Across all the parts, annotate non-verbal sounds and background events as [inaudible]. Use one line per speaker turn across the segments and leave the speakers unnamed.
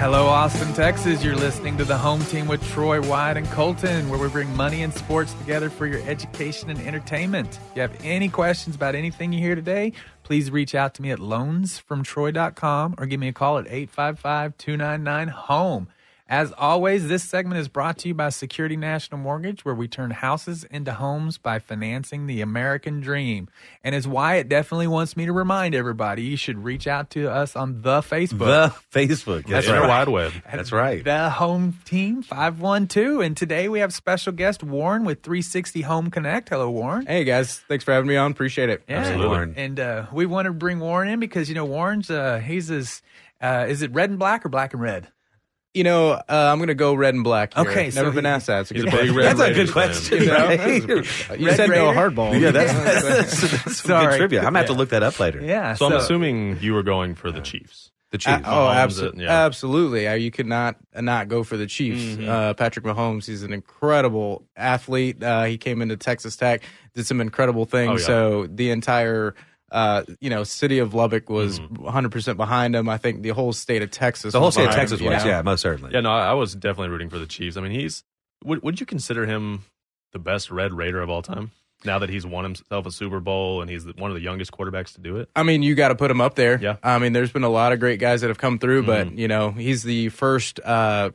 Hello, Austin, Texas. You're listening to the home team with Troy, Wyatt, and Colton, where we bring money and sports together for your education and entertainment. If you have any questions about anything you hear today, please reach out to me at loansfromtroy.com or give me a call at 855 299 HOME. As always, this segment is brought to you by Security National Mortgage, where we turn houses into homes by financing the American dream. And as Wyatt definitely wants me to remind everybody, you should reach out to us on the Facebook.
The Facebook. That's
Inner
right.
[laughs]
wide web.
That's right.
The home team 512. And today we have special guest Warren with 360 Home Connect. Hello, Warren.
Hey guys, thanks for having me on. Appreciate it.
Yeah.
Absolutely. Warren.
And uh, we want to bring Warren in because, you know, Warren's, uh, he's as, uh, is it red and black or black and red?
You know, uh, I'm gonna go red and black. Here.
Okay, so
never been
he-
asked that. It's a
he's
good
a big
question.
red
That's a
Raiders
good
fan.
question.
You know?
right?
you
Red
said no
Raider?
hardball.
Yeah, that's, that's, that's, that's some
[laughs] Sorry.
good trivia. I'm gonna have to look that up later.
Yeah.
[laughs] So I'm assuming you were going for the Chiefs.
The
Uh,
Chiefs.
oh,
Mahomes,
abso-
uh, yeah.
absolutely. Uh, You could not uh, not go for the Chiefs. Uh, Patrick Mahomes, he's an incredible athlete. Uh, he came into Texas Tech, did some incredible things.
yeah.
So the entire. Uh, you know, city of Lubbock was 100% behind him. I think the whole state of Texas,
the whole state of
behind him,
Texas
you
was.
know?
Yeah, most certainly.
Yeah, no, I I was definitely rooting for the Chiefs. I mean, he's would would you consider him the best Red Raider of all time? Now that he's won himself a Super Bowl and he's the- one of the youngest quarterbacks to do it.
I mean, you got to put him up there.
Yeah. Mm-hmm.
I mean, there's been a lot of great guys that have come through, but you know, he's the first uh,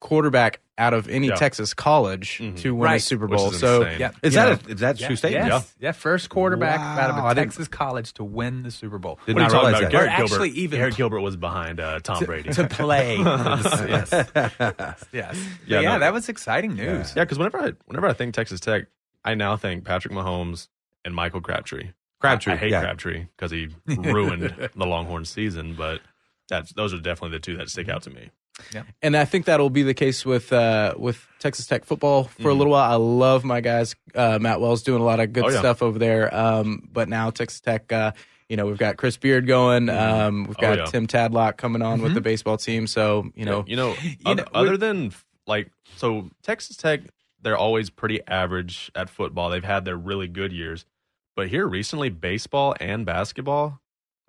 quarterback out of any
Yeah. Mm-hmm.
Texas college to win a
Right.
Super
Which
Bowl.
is
So
insane.
Yeah.
Is
You
that a, is that a true statement?
Yes. Yeah. First quarterback out of
Wow, I
a
didn't-
Texas college to win the Super Bowl.
Did
What are
not
you talking
realize
about?
that.
Garrett
Or
Gilbert.
actually even-
Garrett Gilbert was behind uh, Tom Brady.
play. yes. [laughs] Yes.
Yeah,
Yeah, yeah
no.
that was exciting news.
[laughs] yeah, because whenever I whenever I think Texas Tech, I now think Patrick Mahomes and Michael Crabtree.
Crabtree,
I, I hate
yeah.
Crabtree
[laughs]
because he ruined the Longhorn season, but. That's, those are definitely the two that stick out to me.
and I think that'll be the case with uh, with Texas Tech football for a little while. I love my guys. Uh, Matt Wells doing a lot of good
Mm-hmm. Oh, yeah.
stuff over there. Um, but now Texas Tech, uh, you know, we've got Chris Beard going. Um, we've
Oh,
got
yeah.
Tim Tadlock coming on with the baseball team. So you know,
you know,
know,
other, other than like so Texas Tech, they're always pretty average at football. They've had their really good years, but here recently, baseball and basketball,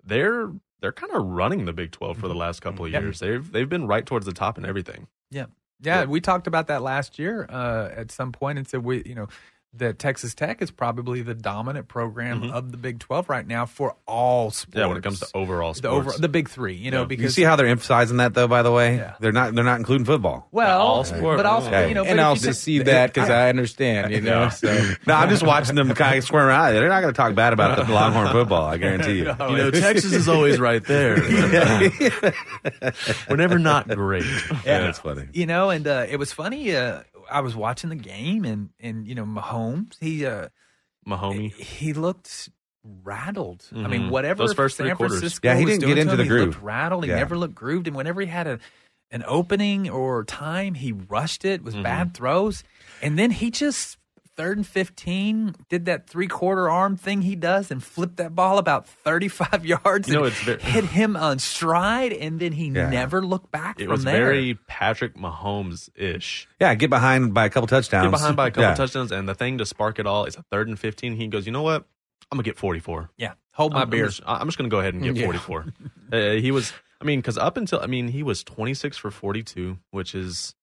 they're they're kind of running the Big Twelve for the last couple of
Yep.
years. They've they've been right towards the top in everything.
Yeah,
Yeah.
we talked about that last year uh, at some point and said we, you know, that Texas Tech is probably the dominant program
Mhm.
of the Big Twelve right now for all sports.
Yeah, when it comes to overall sports,
the over,
[laughs]
the Big Three, you know,
Yeah.
because
You see how they're emphasizing that though. By the way,
Yeah.
they're not they're not including football.
well,
all sports.
but also
Okay.
you know,
and
but if
I'll
you
just
take-
see
[laughs]
that because I understand. You know,
Yeah.
so.
No, I'm just watching them kind of squirm around. They're not going to talk bad about the Longhorn football.
[laughs]
I guarantee you.
you know, Texas is always right [laughs] there. [laughs] We're never not great.
[laughs]
Yeah, that's funny.
you know, and uh, it was funny. Uh, I was watching the game, and and you know, Mahomes, he uh,
Mahomie.
he looked rattled. I
Mhm.
mean, whatever
Those first three
San
quarters.
Francisco
Yeah, he
was
didn't
doing
get
to
into
him,
the
he
groove.
looked rattled. He
Yeah.
never looked grooved, and whenever he had a an opening or time, he rushed it. Was
Mm-hmm.
bad throws, and then he just third and fifteen did that three quarter arm thing he does and flipped that ball about thirty five [laughs] yards.
You know,
and
it's ver-
hit him on stride, and then he
Yeah.
never looked back
It
from
was
there.
very Patrick Mahomes ish.
Yeah, get behind by a couple touchdowns.
get behind by a couple
Yeah.
touchdowns, and the thing to spark it all is a third and fifteen. He goes, you know what? I'm gonna get 44.
yeah, hold
I'm-
my
I'm,
beer.
just, I'm just gonna go ahead
[laughs]
and get
Yeah.
44. uh, he was, I mean, because up until, I mean, he was 26 for 42, which is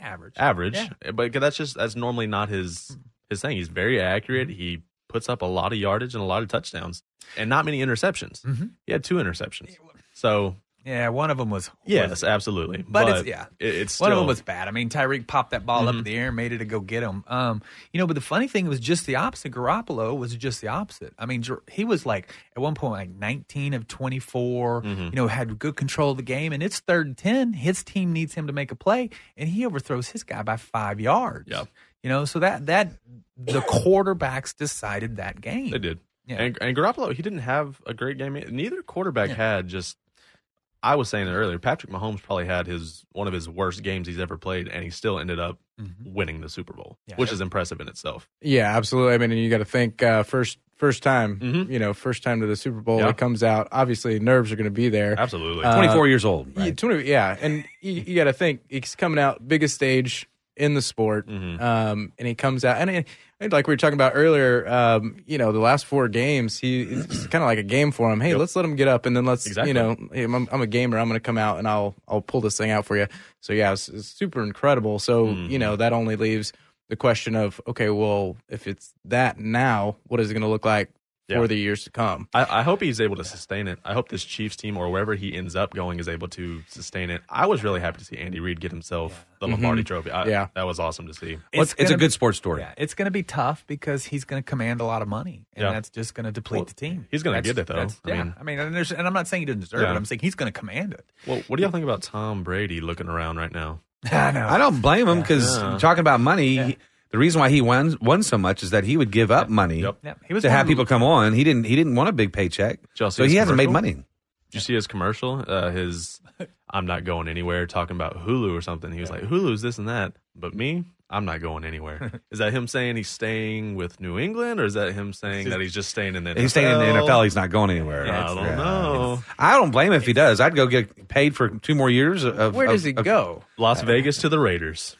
average.
average,
Yeah.
but that's just that's normally not his his thing. He's very accurate. He puts up a lot of yardage and a lot of touchdowns, and not many interceptions.
Mhm.
He had two interceptions. So
Yeah, one of them was.
Yes, absolutely.
But it's- yeah.
it- it's
One of
still- Mm-hmm.
them was bad. I mean, Tyreek popped that ball up in the air and made it to go get him. Um, you know, but the funny thing was just the opposite. Garoppolo was just the opposite. I mean, Ger- he was like at one point like 19 of 24.
Mm-hmm.
You know, had good control of the game, and it's third and 10. His team needs him to make a play, and he overthrows his guy by five yards.
Yeah.
You know, so that that the quarterbacks decided that game.
They did.
Yeah.
And, and Garoppolo, he didn't have a great game. Neither quarterback had just. I was saying it earlier. Patrick Mahomes probably had his one of his worst games he's ever played, and he still ended up winning the Super Bowl,
Yeah.
which is impressive in itself.
Yeah, absolutely. I mean, and you got to think uh, first first time,
Mhm.
you know, first time to the Super Bowl.
Yeah.
It comes out. Obviously, nerves are going to be there.
Absolutely.
Uh,
24 years old.
Yeah,
Right?
20, yeah. And you, you got to think he's coming out biggest stage in the sport,
Mhm.
um, and he comes out and, it- and like we were talking about earlier, um, you know, the last four games, he it's kind of like a game for him. Hey, let's let him get up, and then let's
Exactly.
you know, hey, I'm, I'm a gamer. I'm going to come out and I'll I'll pull this thing out for you. So yeah, it's, it's super incredible. So you
Mm-hmm.
know, that only leaves the question of okay, well, if it's that now, what is it going to look like
Yeah.
for the years to come?
I, I hope he's able to sustain it. I hope this Chiefs team or wherever he ends up going is able to sustain it. I was really happy to see Andy Reid get himself the Lombardi Trophy. I,
Yeah.
that was awesome to see.
Well, It's, it's a
gonna-
good sports story.
Yeah, it's going to be tough because he's going to command a lot of money, and
Yeah.
that's just going to deplete
Well,
the team.
he's gonna
That's-
get it, though.
that's-
I
yeah,
mean-
I mean, and, there's, and I'm not saying he didn't deserve
Yeah.
it. I'm saying he's going to command
[laughs]
it.
Well, what do y'all think about Tom Brady looking around right now?
I know.
I don't blame him because
Yeah.
talking about money, he- the reason why he won won so much is that he would give up money
Yep.
yeah, he was
to
one
have
of the-
people come on. He didn't. He didn't want a big paycheck,
Did y'all see
so
his
he hasn't made
commercial?
money.
Did you see his commercial? Uh, his I'm not going anywhere talking about Hulu or something. He was like, Hulu's this and that, but me, I'm not going anywhere. is that him saying he's staying with New England or is that him saying that he's just staying in the NFL?
He's staying in the NFL. He's not going anywhere.
I don't
Yeah.
know.
I don't blame him if he does. I'd go get paid for two more years. Of
Where
of-
does he
of-
go?
Las Vegas to the Raiders.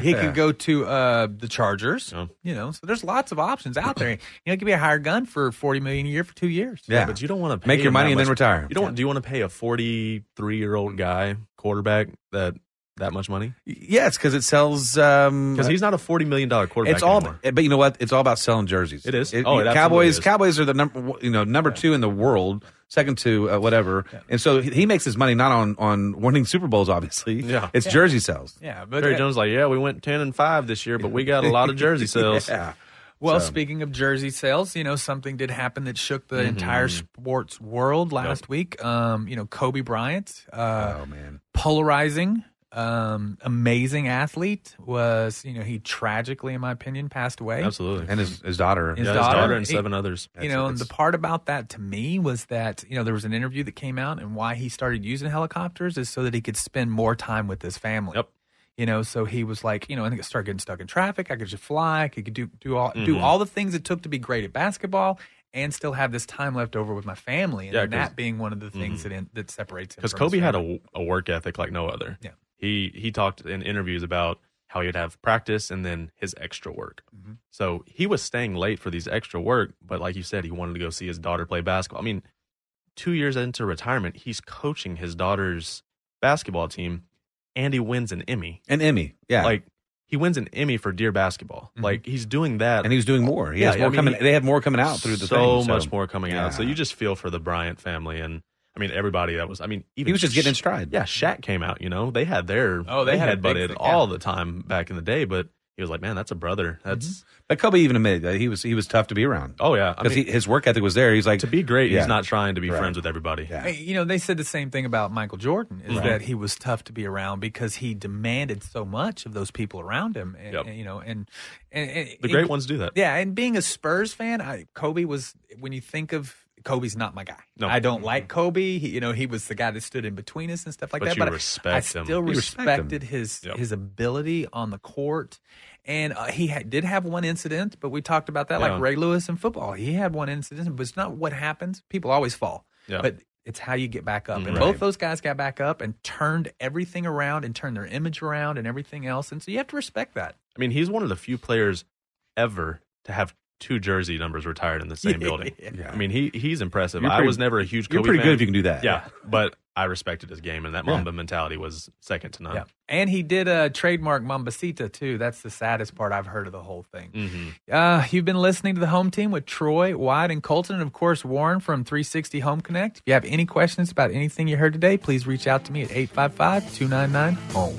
he could go to uh, the Chargers.
Yeah.
You know, so there's lots of options out there. You know, it could be a higher gun for 40 million a year for two years.
Yeah,
But you don't want to
Make your money and then retire.
You don't. Do you want to pay a 43 year old guy quarterback that that much money?
yeah, it's because it sells. Um,
Because he's not a 40 million dollar quarterback
it's all,
anymore.
but you know what? It's all about selling jerseys.
It is. Oh, it absolutely
Cowboys.
is.
Cowboys are the number, one- you know, number two in the world, second to uh, whatever. And so he- he makes his money not on on winning Super Bowls, obviously.
Yeah.
[laughs] it's jersey sales.
Yeah, but
Jerry Jones like, yeah, we went 10 and five this year, but we got a lot of jersey
[laughs]
sales.
Yeah.
Well, speaking of jersey sales, you know something did happen that shook
Mm-hmm,
the entire sports world last week. Um, you know, Kobe Bryant, uh,
Oh man.
polarizing, um, amazing athlete was. You know, he tragically, in my opinion, passed away.
Absolutely.
And his his daughter.
His
yeah,
daughter.
his daughter and
He-
seven others.
you know, and the part about that to me was that, you know, there was an interview that came out and why he started using helicopters is so that he could spend more time with his family.
Yep.
You know, so he was like, you know, I think I started getting stuck in traffic. I could just fly. I could do do all
Mm-hmm.
do all the things it took to be great at basketball and still have this time left over with my family. And
Yeah,
then
'cause- Mm-hmm.
that being one of the things that in, that separates him.
because
from his
Kobe had
family.
a, a work ethic like no other.
Yeah.
He he talked in interviews about how he'd have practice and then his extra work. So he was staying late for these extra work, but like you said, he wanted to go see his daughter play basketball. I mean, two years into retirement, he's coaching his daughter's basketball team, and he wins an Emmy.
and Emmy. Yeah.
Like he wins an Emmy for Dear Basketball. Like he's doing that.
and he was doing more. He
Yeah,
has more
I mean,
coming.
he-
they had more coming out through the
so
thing,
much more coming out. So
yeah.
you just feel for the Bryant family and. I mean, everybody that was. I mean, even
He was just getting in
Sh-
stride.
yeah, Shaq came out. You know, they had their
Oh, they had a
had
big
butted
thing, yeah.
all the time back in the day, but he was like, man, that's a brother.
Mm-hmm.
That's
But Kobe even admitted that he was he was tough to be around
oh yeah, I
because
mean,
his work ethic was there. He's like
to be great,
Yeah.
he's not trying to be
Right.
friends with everybody.
Yeah.
Hey, You know, they said the same thing about Michael Jordan is that he was tough to be around because he demanded so much of those people around him. And,
Yep.
and, you know, and, and, and-
The great
and-
ones do that.
Yeah, and being a Spurs fan, I, Kobe was when you think of Kobe's not my guy.
No.
I don't like Kobe. He, you know, he was the guy that stood in between us and stuff like
But
that.
you
but I- I,
respect him.
still
You
respect him.
respected his
Yep.
his ability on the court. And uh, he had, did have one incident, but we talked about that,
Yeah.
like Ray Lewis in football. He had one incident, but it's not what happens. People always fall,
Yeah. Mm-hmm.
but it's how you get back up. And
Right.
both those guys got back up and turned everything around and turned their image around and everything else. And so you have to respect that.
I mean, he's one of the few players ever to have two jersey numbers retired in the same building.
[laughs] Yeah.
I mean, he he's impressive.
You're
I
pretty-
was never a huge. Kobe
you're pretty [laughs]
fan.
good if you can do that.
Yeah, but I respected his game, and that
Yeah.
Mamba mentality was second to none.
Yeah. And he did a trademark Mambasita too. That's the saddest part I've heard of the whole thing.
hmm
Uh, you've been listening to the home team with Troy, Wyatt, and Colton, and of course, Warren from 360 Home Connect. If you have any questions about anything you heard today, please reach out to me at 855 299 HOME.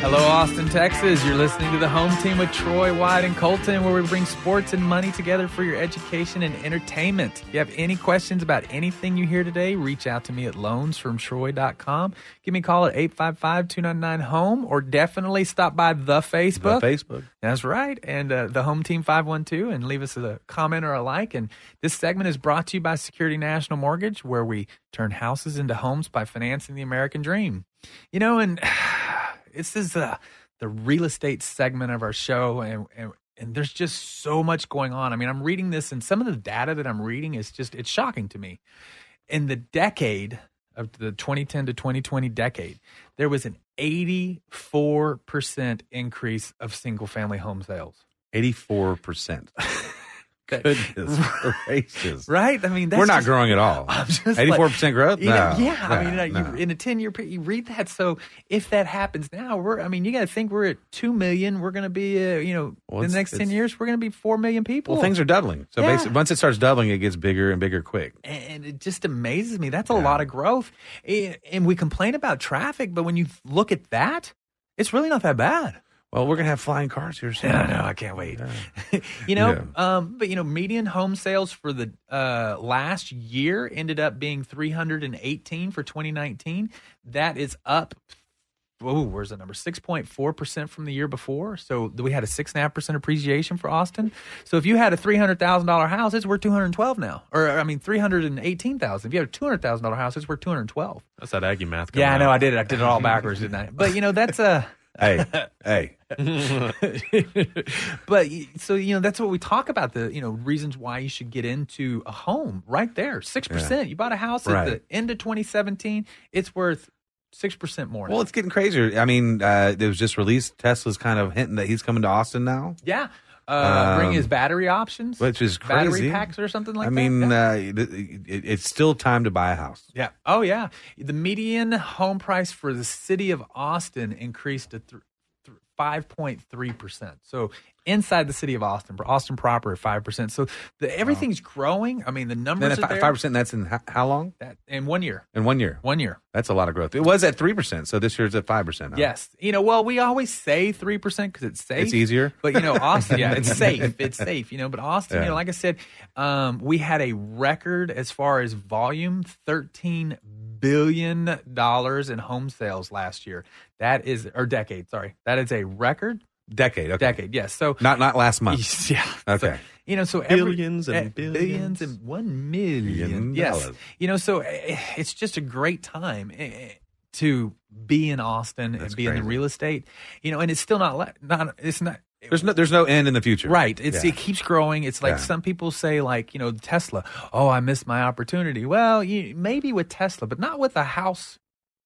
Hello, Austin, Texas. You're listening to the home team with Troy, Wyatt, and Colton, where we bring sports and money together for your education and entertainment. If you have any questions about anything you hear today, reach out to me at loansfromtroy.com. Give me a call at 855 299 HOME or definitely stop by the Facebook.
The Facebook.
That's right. And uh, the home team 512 and leave us a comment or a like. And this segment is brought to you by Security National Mortgage, where we turn houses into homes by financing the American dream. You know, and [sighs] this is the, the real estate segment of our show. And, and, and there's just so much going on. I mean, I'm reading this, and some of the data that I'm reading is just, it's shocking to me in the decade of the 2010 to 2020 decade, there was an 84% increase of single family home sales.
84%. [laughs]
That-
Goodness gracious.
Right? I mean, that's
We're not
just-
growing at all.
[laughs] I'm just like-
84% growth?
You know,
No.
yeah, I mean,
No,
you know,
no.
you, in a ten-year period, you read that. So if that happens now, we're—I mean, you got to think we're at two million. We're going to be, uh, you know,
Well,
in
it's-
the next ten
it's-
years, we're going to be four million people.
Well, things are doubling. So
Yeah.
basically, once it starts doubling, it gets bigger and bigger quick.
and it just amazes me. That's a lot of growth. And and we complain about traffic, but when you look at that, it's really not that bad.
Well, we're going to have flying cars here soon.
[laughs] Yeah, I know. I can't wait. [laughs] you know, um, but you know, median home sales for the uh, last year ended up being 318 for 2019. That is up. Oh, where's the number? 6.4% from the year before. So we had a 6.5% appreciation for Austin. So if you had a $300,000 house, it's worth 212 now. Or, I mean, 318000 If you had a $200,000 house, it's worth 212
That's that Aggie math.
Yeah, I
coming
know.
out.
I did it. I did it all [laughs] backwards, didn't I? But, you know, that's a.
Hey,
[laughs]
hey.
but y- so you know that's what we talk about the you know reasons why you should get into a home right there 6% you bought a house at
Right.
the end of 2017 it's worth 6% more now.
Well, it's getting crazier. I mean, uh, it was just released. Tesla's kind of hinting that he's coming to Austin now,
yeah uh, bring
Um,
his battery options
which is crazy.
battery packs or something like
I
that
mean,
yeah.
uh, it, it, it's still time to buy a house.
Yeah. Oh, yeah. The median home price for the city of Austin increased to th- th- 5.3%. So inside the city of Austin, Austin proper at 5%. So the, everything's growing. I mean, the
Then
numbers
at
are there.
five percent, that's in how, how long?
That, in one year.
In one year.
One year.
That's a lot of growth. It was at three percent, so this year's at five percent.
Yes. You know, well, we always say 3% because it's safe.
Oh. It's easier.
But,
[laughs]
you know, Austin, yeah, it's safe. It's safe, you know. But Austin, you
Yeah.
know, like I said, um, we had a record as far as volume $13 billion in home sales last year. That is, or decade, sorry. That is a record
decade. Okay.
decade. Yes. So,
Not not last
[laughs]
month.
yeah. So,
[laughs] Okay.
you know, so every-
Billions and
eh, billions
billions.
and one million.
Billion
Yes.
dollars.
You know, so eh, it's just a great time eh, eh, to be in Austin
That's
and be in the
crazy.
real estate. You know, and it's still not le- not it's not
There's no there's no end in the future.
Right. It's
Yeah.
it keeps growing. It's like
Yeah.
some people say, like you know, Tesla. Oh, I missed my opportunity. Well, you, maybe with Tesla, but not with a house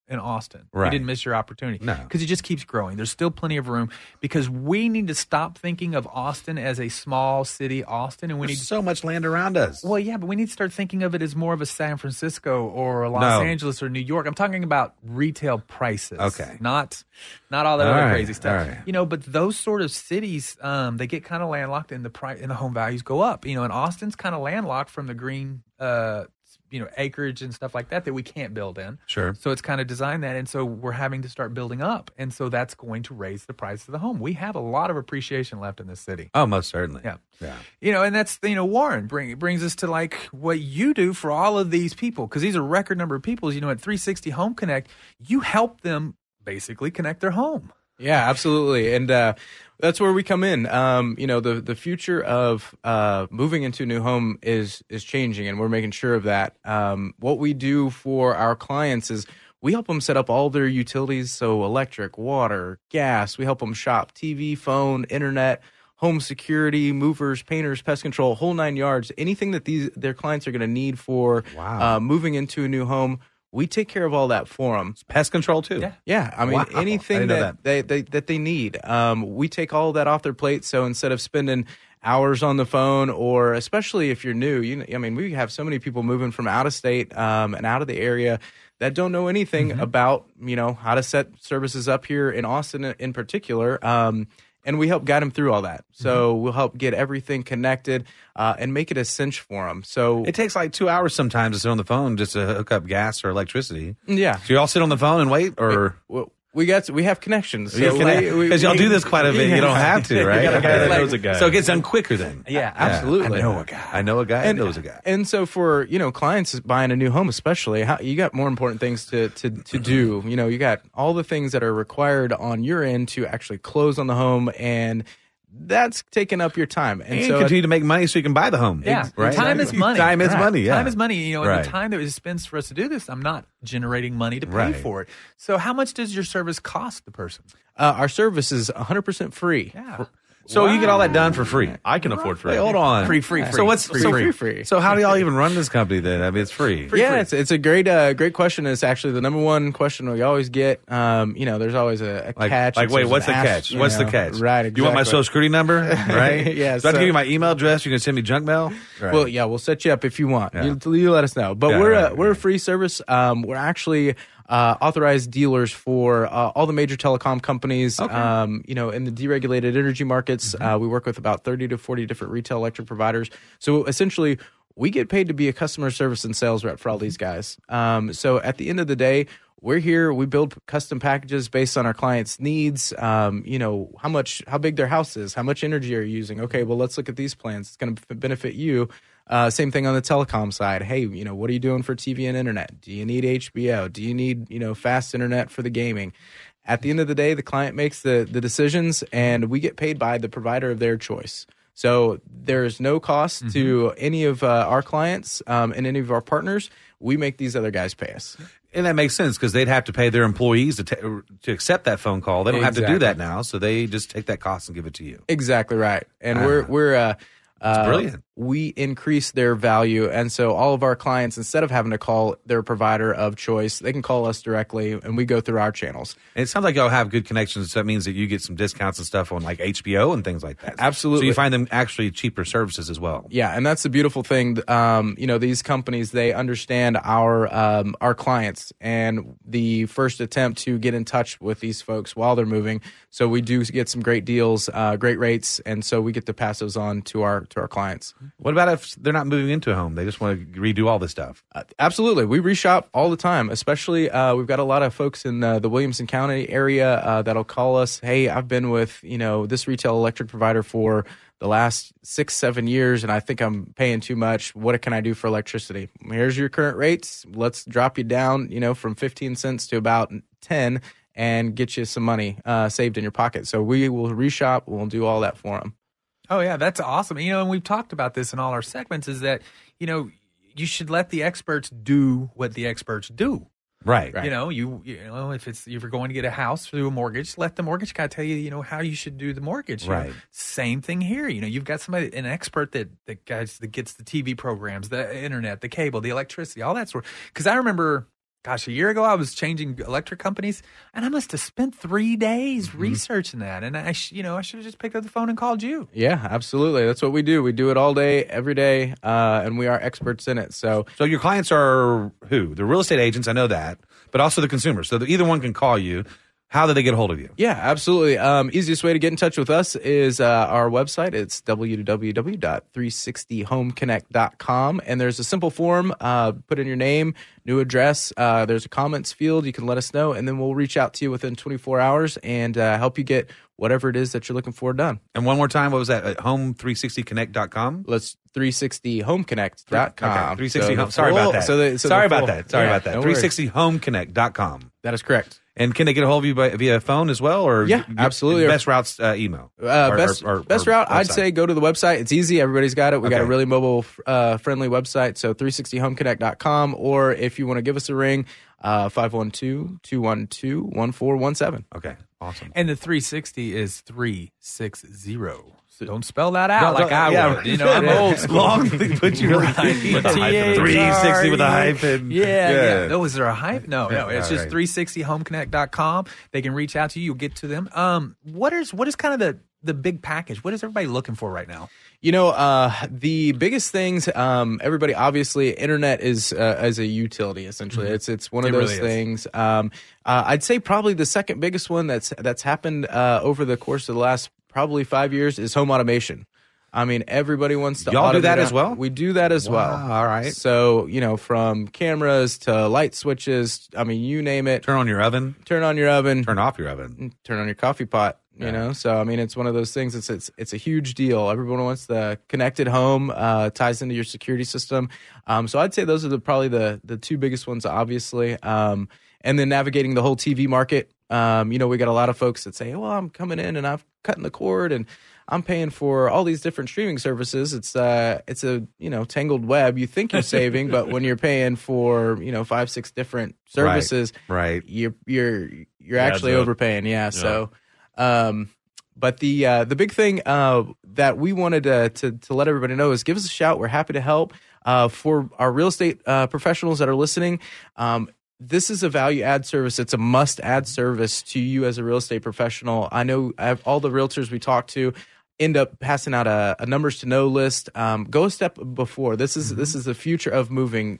in Austin.
Right.
You didn't miss your opportunity.
No.
because it just keeps growing. There's still plenty of room because we need to stop thinking of Austin as a small city, Austin, and we need
There's so much land around us.
Well, yeah, but we need to start thinking of it as more of a San Francisco or a Los
No.
Angeles or New York. I'm talking about retail prices.
Okay.
Not not all that
All
other
right,
crazy stuff.
all right.
You know, but those sort of cities, um, they get kind of landlocked and the price and the home values go up. You know, and Austin's kind of landlocked from the green uh you know, acreage and stuff like that that we can't build in.
Sure.
So it's kind of designed that. And so we're having to start building up. And so that's going to raise the price of the home. We have a lot of appreciation left in this city.
Oh, most certainly.
Yeah.
Yeah.
You know, and that's you know Warren bring it brings us to like what you do for all of these people because these are record number of people. You know, at 360 Home Connect, you help them basically connect their home.
Yeah, absolutely, and uh, that's where we come in. Um, you know, the the future of uh, moving into a new home is is changing, and we're making sure of that. Um, what we do for our clients is we help them set up all their utilities, so electric, water, gas. We help them shop TV, phone, internet, home security, movers, painters, pest control, whole nine yards. Anything that these their clients are going to need for uh, moving into a new home, we take care of all that for them.
Pest control too.
Yeah.
Yeah, I mean
Wow. I
anything
didn't know
that, They, they that they need. Um, we take all that off their plate. So instead of spending hours on the phone, or especially if you're new, you know, I mean, we have so many people moving from out of state um, and out of the area that don't know anything
Mm-hmm.
about you know how to set services up here in Austin in particular. Um, and we help guide them through all that.
Mm-hmm.
So we'll help get everything connected uh, and make it a cinch for them. So
It takes like two hours sometimes to sit on the phone just to hook up gas or electricity.
Mm.
yeah.
So you all sit on the phone and wait, or
Well, We got we have connections
because
so we- we-
y'all do this quite a bit. You don't have
[laughs]
to, right?
got a guy that
Okay.
knows a guy.
So it gets done quicker then.
Yeah,
absolutely.
I know a guy. I know a guy. that knows a guy.
And so for you know clients buying a new home, especially, how, you got more important things to, to to do. You know, you got all the things that are required on your end to actually close on the home, and that's taking up your time. And,
And you
so
continue to make money so you can buy the home.
Yeah,
Right?
time is money.
Time is
Right.
money. Yeah.
Time is money. You know,
Right.
and the time that it spends for us to do this, I'm not generating money to pay
Right.
for it. So, how much does your service cost the person?
uh, our service is 100 percent free.
Yeah,
So you get all that done for free.
I can afford free.
Wait, hold on.
Free, free,
So
free.
what's
Free,
so,
free, free.
So how do y'all even run
[laughs]
this company then? I mean, it's free.
yeah, It's, it's a great uh, great question. It's actually the number one question we always get. Um, you know, there's always a, a
Like,
catch.
like
It's
wait,
an
what's the
ask,
catch?
you
What's the
know.
catch?
Right.
You want my
exactly.
social security
[laughs]
number? Right?
Yeah,
So I have to give
so-
you my email address. You're going to send me junk mail? Right.
Well, yeah, we'll set you up if you want.
Yeah.
You, you let us know. But
Yeah,
we're a,
right,
we're a
right.
free service. Um, we're actually uh, authorized dealers for uh, all the major telecom companies. Um, you know, in the deregulated energy markets,
Mm-hmm.
uh, we work with about thirty to forty different retail electric providers. So essentially. We get paid to be a customer service and sales rep for all these
Mm-hmm.
guys. Um, so at the end of the day, we're here. We build custom packages based on our clients' needs. Um, you know how much, how big their house is, how much energy are you using. Okay, well let's look at these plans. It's going to benefit you. Uh, same thing on the telecom side. Hey, you know, what are you doing for TV and internet? Do you need HBO? Do you need, you know, fast internet for the gaming? At the end of the day, the client makes the, the decisions and we get paid by the provider of their choice. So there is no cost to any of uh, our clients um, and any of our partners. We make these other guys pay us.
And that makes sense because they'd have to pay their employees to ta to accept that phone call. They don't have to do
Exactly.
that now, so they just take that cost and give it to you.
Exactly right. And we're we're uh, uh,
brilliant.
We increase their value, and so all of our clients, instead of having to call their provider of choice, they can call us directly, and we go through our channels.
And it sounds like y'all have good connections. So that means that you get some discounts and stuff on like HBO and things like that. So
Absolutely.
you find them actually cheaper services as well.
Yeah, and that's the beautiful thing. Um, you know, these companies they understand our um, our clients, and the first attempt to get in touch with these folks while they're moving. So we do get some great deals, uh, great rates, and so we get to pass those on to our to our clients.
What about if they're not moving into a home? They just want to redo all this stuff.
Uh, absolutely, we reshop all the time. Especially, uh, we've got a lot of folks in uh, the Williamson County area uh, that'll call us. Hey, I've been with you know this retail electric provider for the last six, seven years, and I think I'm paying too much. What can I do for electricity? Here's your current rates. Let's drop you down, you know, from 15 cents to about 10, and get you some money uh, saved in your pocket. So we will reshop. We'll do all that for them.
Oh yeah, that's awesome. You know, and we've talked about this in all our segments is that, you know, you should let the experts do what the experts do.
Right.
You know, you you know, if it's if you're going to get a house through a mortgage, let the mortgage guy tell you, you know, how you should do the mortgage. you know.
Right.
Same thing here. You know, you've got somebody an expert that that guys that gets the TV programs, the internet, the cable, the electricity, all that sort. Because I remember. Gosh, a year ago, I was changing electric companies, and I must have spent three days
Mm-hmm.
researching that. And I, sh- you know, I should have just picked up the phone and called you.
Yeah, absolutely. That's what we do. We do it all day, every day, uh, and we are experts in it. So
So your clients are who? The real estate agents, I know that, but also the consumers. So that either one can call you. How do they get a hold of you?
Yeah, absolutely. Um, easiest way to get in touch with us is uh, our website. It's www.360homeconnect.com. And there's a simple form. Uh, put in your name, new address. Uh, there's a comments field. You can let us know, and then we'll reach out to you within 24 hours and uh, help you get whatever it is that you're looking for done.
And one more time, what was that? At home360connect.com?
Let's 360homeconnect.com.
Okay, 360
So
home.
the
Sorry
full-
about that.
So the, so the
sorry about
full-
that. Sorry
yeah,
about that.
no worries.
360homeconnect.com.
That is correct.
And can they get a hold of you by, via phone as well? Or
Yeah,
your-
absolutely.
Best routes uh, email.
Uh,
Or-
best
or- or-
best
or
route, I'd
website.
say go to the website. It's easy. Everybody's got it. We got a
Okay.
really mobile f- uh, friendly website. So 360homeconnect.com. Or if you want to give us a ring, uh, 512 212 1417.
Okay, awesome.
And the 360 is 360. Don't spell that out
Don't-
like I [laughs]
[laughs] yeah,
would. You know, I'm old school. [laughs]
Long, but you really
With a hyphen.
360 with a hyphen.
Yeah, yeah. No, is there a hype? No, no.
Yeah,
It's just
alright.
360homeconnect.com. They can reach out to you. You'll get to them. Um, what is what is kind of the the big package? What is everybody looking for right now?
You know, uh, the biggest things. Um, everybody, obviously, internet is uh, as a utility. Essentially,
Mm-hmm.
it's it's one of
It
those
really is.
things. Um, uh, I'd say probably the second biggest one that's that's happened uh, over the course of the last probably five years is home automation. I mean, everybody wants to.
Y'all do
automate
that
it.
as well?
We do that as well.
Wow, all right.
So you know, from cameras to light switches. I mean, you name it.
Turn on your oven.
Turn on your oven
Turn off your
Mm.
oven.
turn on your coffee pot you know so i mean it's one of those things it's it's it's a huge deal everyone wants the connected home uh ties into your security system um so i'd say those are the probably the the two biggest ones obviously um and then navigating the whole tv market um you know we got a lot of folks that say well i'm coming in and i'm cutting the cord and i'm paying for all these different streaming services it's uh it's a you know tangled web you think you're saving but when you're paying for you know five six different services
Right.
you're you're you're
Adds
actually
up.
overpaying. Yeah. So, um, but the uh, the big thing uh, that we wanted to, to to let everybody know is give us a shout. We're happy to help uh, for our real estate uh, professionals that are listening. Um, this is a value add service. It's a must add service to you as a real estate professional. I know I have all the realtors we talk to end up passing out a, a numbers to know list. Um, go a step before. This is this is the future of moving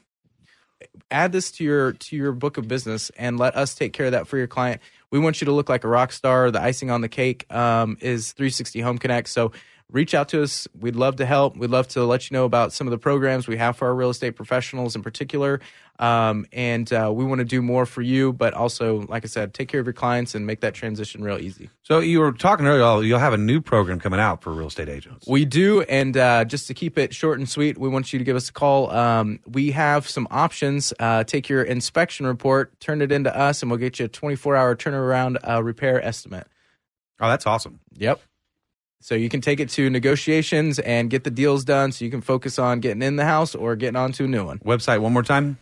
add this to your to your book of business and let us take care of that for your client we want you to look like a rock star the icing on the cake um, is 360 home connect so reach out to us we'd love to help we'd love to let you know about some of the programs we have for our real estate professionals in particular um, and uh, we want to do more for you but also like i said take care of your clients and make that transition real easy
So you were talking earlier. oh, You'll have a new program coming out for real estate agents.
We do, and uh, just to keep it short and sweet, we want you to give us a call. Um, we have some options. Uh, take your inspection report, turn it into us, and we'll get you a 24 hour turnaround uh, repair estimate.
Oh, that's awesome.
Yep. So you can take it to negotiations and get the deals done so you can focus on getting in the house or getting onto a new one.
Website one more time.